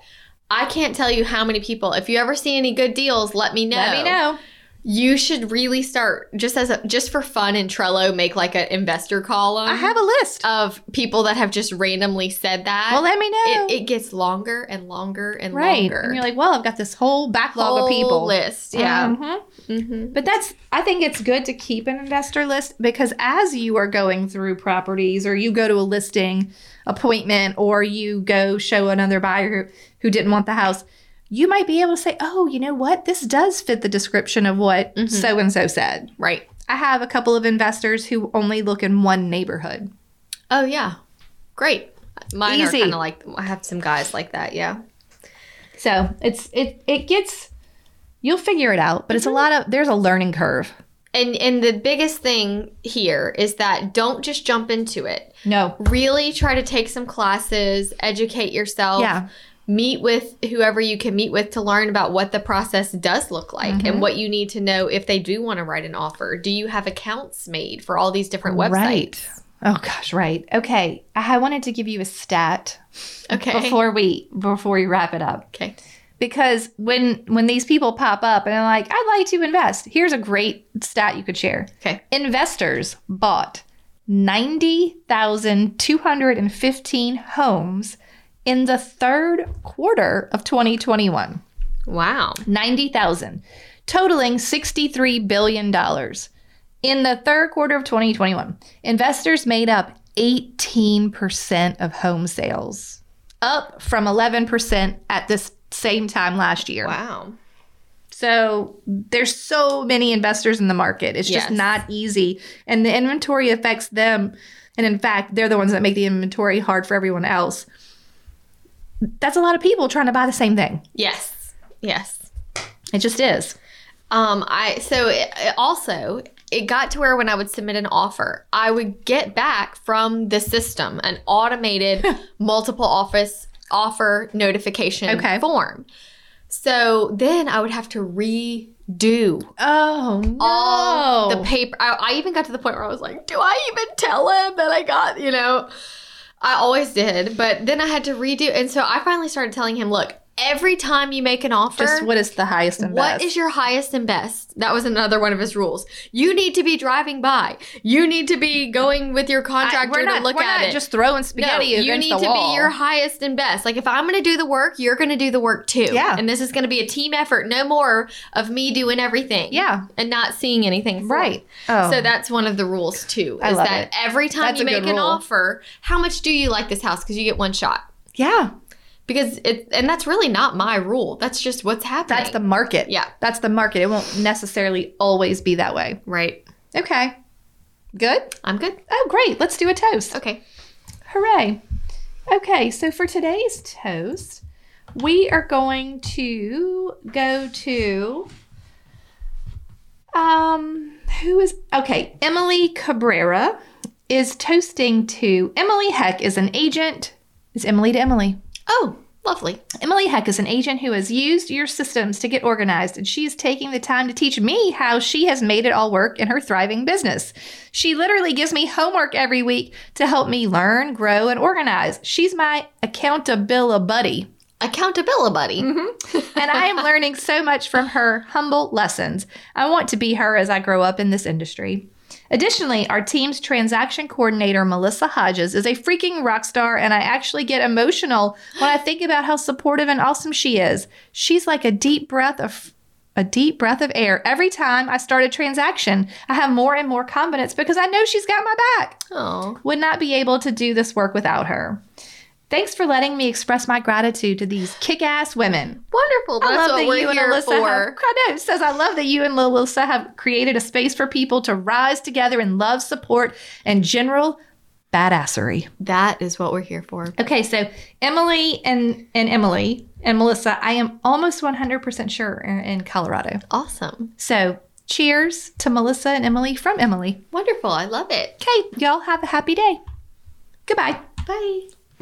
i can't tell you how many people if you ever see any good deals let me know
Let me know.
you should really start just as a, just for fun in trello make like an investor column
I have a list.
of people that have just randomly said that
well, let me know.
it, it gets longer and longer and
Oh. right.
longer
And you're like, well, I've got this whole backlog
Whole
of people.
list yeah
Mhm.
Mhm.
But that's, I think it's good to keep an investor list because as you are going through properties or you go to a listing appointment or you go show another buyer who, who didn't want the house, you might be able to say, oh, you know what? This does fit the description of what so and so said.
Mm-hmm. right
I have a couple of investors who only look in one neighborhood.
oh yeah great mine are
Easy.
kind of like i have some guys like that yeah
So it's, it, it gets, you'll figure it out, but it's a
Mm-hmm.
lot of, there's a learning curve.
And and the biggest thing here is that don't just jump into it.
No.
Really try to take some classes, educate yourself.
Yeah.
Meet with whoever you can meet with to learn about what the process does look like
Mm-hmm.
and what you need to know if they do want to write an offer. Do you have accounts made for all these different websites?
Right. Oh gosh, right. Okay. I I wanted to give you a stat
Okay.
before we before we wrap it up.
okay.
Because when when these people pop up and they're like, I'd like to invest, here's a great stat you could share.
Okay.
Investors bought ninety thousand two hundred and fifteen homes in the third quarter of twenty twenty one.
Wow.
90,000, totaling $63 billion. In the third quarter of 2021, investors made up 18% of home sales, up from 11% at this same time last year.
Wow.
So there's so many investors in the market. It's
Yes.
just not easy. And the inventory affects them. And in fact, they're the ones that make the inventory hard for everyone else. That's a lot of people trying to buy the same thing.
Yes. Yes.
It just is.
Um, I so it, it also it got to where when I would submit an offer, I would get back from the system an automated multiple office offer notification
Okay.
form. So then I would have to redo
Oh no.
all
Oh.
the paper. I, I even got to the point where I was like, do I even tell him that I got, you know? I always did, but then I had to redo. And so I finally started telling him, look, every time you make an offer,
Just what is the highest and
what
best?
is your highest and best? That was another one of his rules. You need to be driving by. You need to be going with your
I,
contractor
we're not,
to look
we're
at
not
it.
just throwing
no,
spaghetti
you
against
need
the
to
wall.
be your highest and best. Like if I'm going to do the work, you're going to do the work too.
Yeah.
And this is going to be a team effort. No more of me doing everything.
yeah,
And not seeing anything. for it.
right. Oh,
So that's one of the rules too.
I
Is
love
that
it.
every time
That's
you
a good
make an
rule.
offer, how much do you like this house? Because you get one shot.
yeah,
Because it and that's really not my rule. That's just what's happening.
that's the market.
Yeah.
that's the market. It won't necessarily always be that way.
right.
Okay, good.
I'm good.
Oh, great. Let's do a toast.
Okay.
Hooray. Okay, so for today's toast, we are going to go to um who is okay, Emily Cabrera is toasting to Emily Heck is an agent. It's Emily to Emily.
Oh, lovely.
Emily Heck is an agent who has used your systems to get organized, and she is taking the time to teach me how she has made it all work in her thriving business. She literally gives me homework every week to help me learn, grow, and organize. She's my accountability buddy,
Accountability buddy.
and I am learning so much from her humble lessons. I want to be her as I grow up in this industry. Additionally, our team's transaction coordinator, Melissa Hodges, is a freaking rock star, and I actually get emotional when I think about how supportive and awesome she is. She's like a deep breath of a deep breath of air. Every time I start a transaction, I have more and more confidence because I know she's got my back
Oh.
would not be able to do this work without her. Thanks for letting me express my gratitude to these kick ass women.
Wonderful. That's
I love
what
that
we're
you and
here
Alyssa have.
for.
I know, it says, I love that you and Alyssa have created a space for people to rise together in love, support, and general badassery.
That is what we're here for.
Okay, so Emily and, and Emily and Melissa, I am almost 100% sure are in Colorado.
Awesome.
So cheers to Melissa and Emily from Emily.
Wonderful. I love it.
Okay, y'all have a happy day. Goodbye.
Bye.
Bye.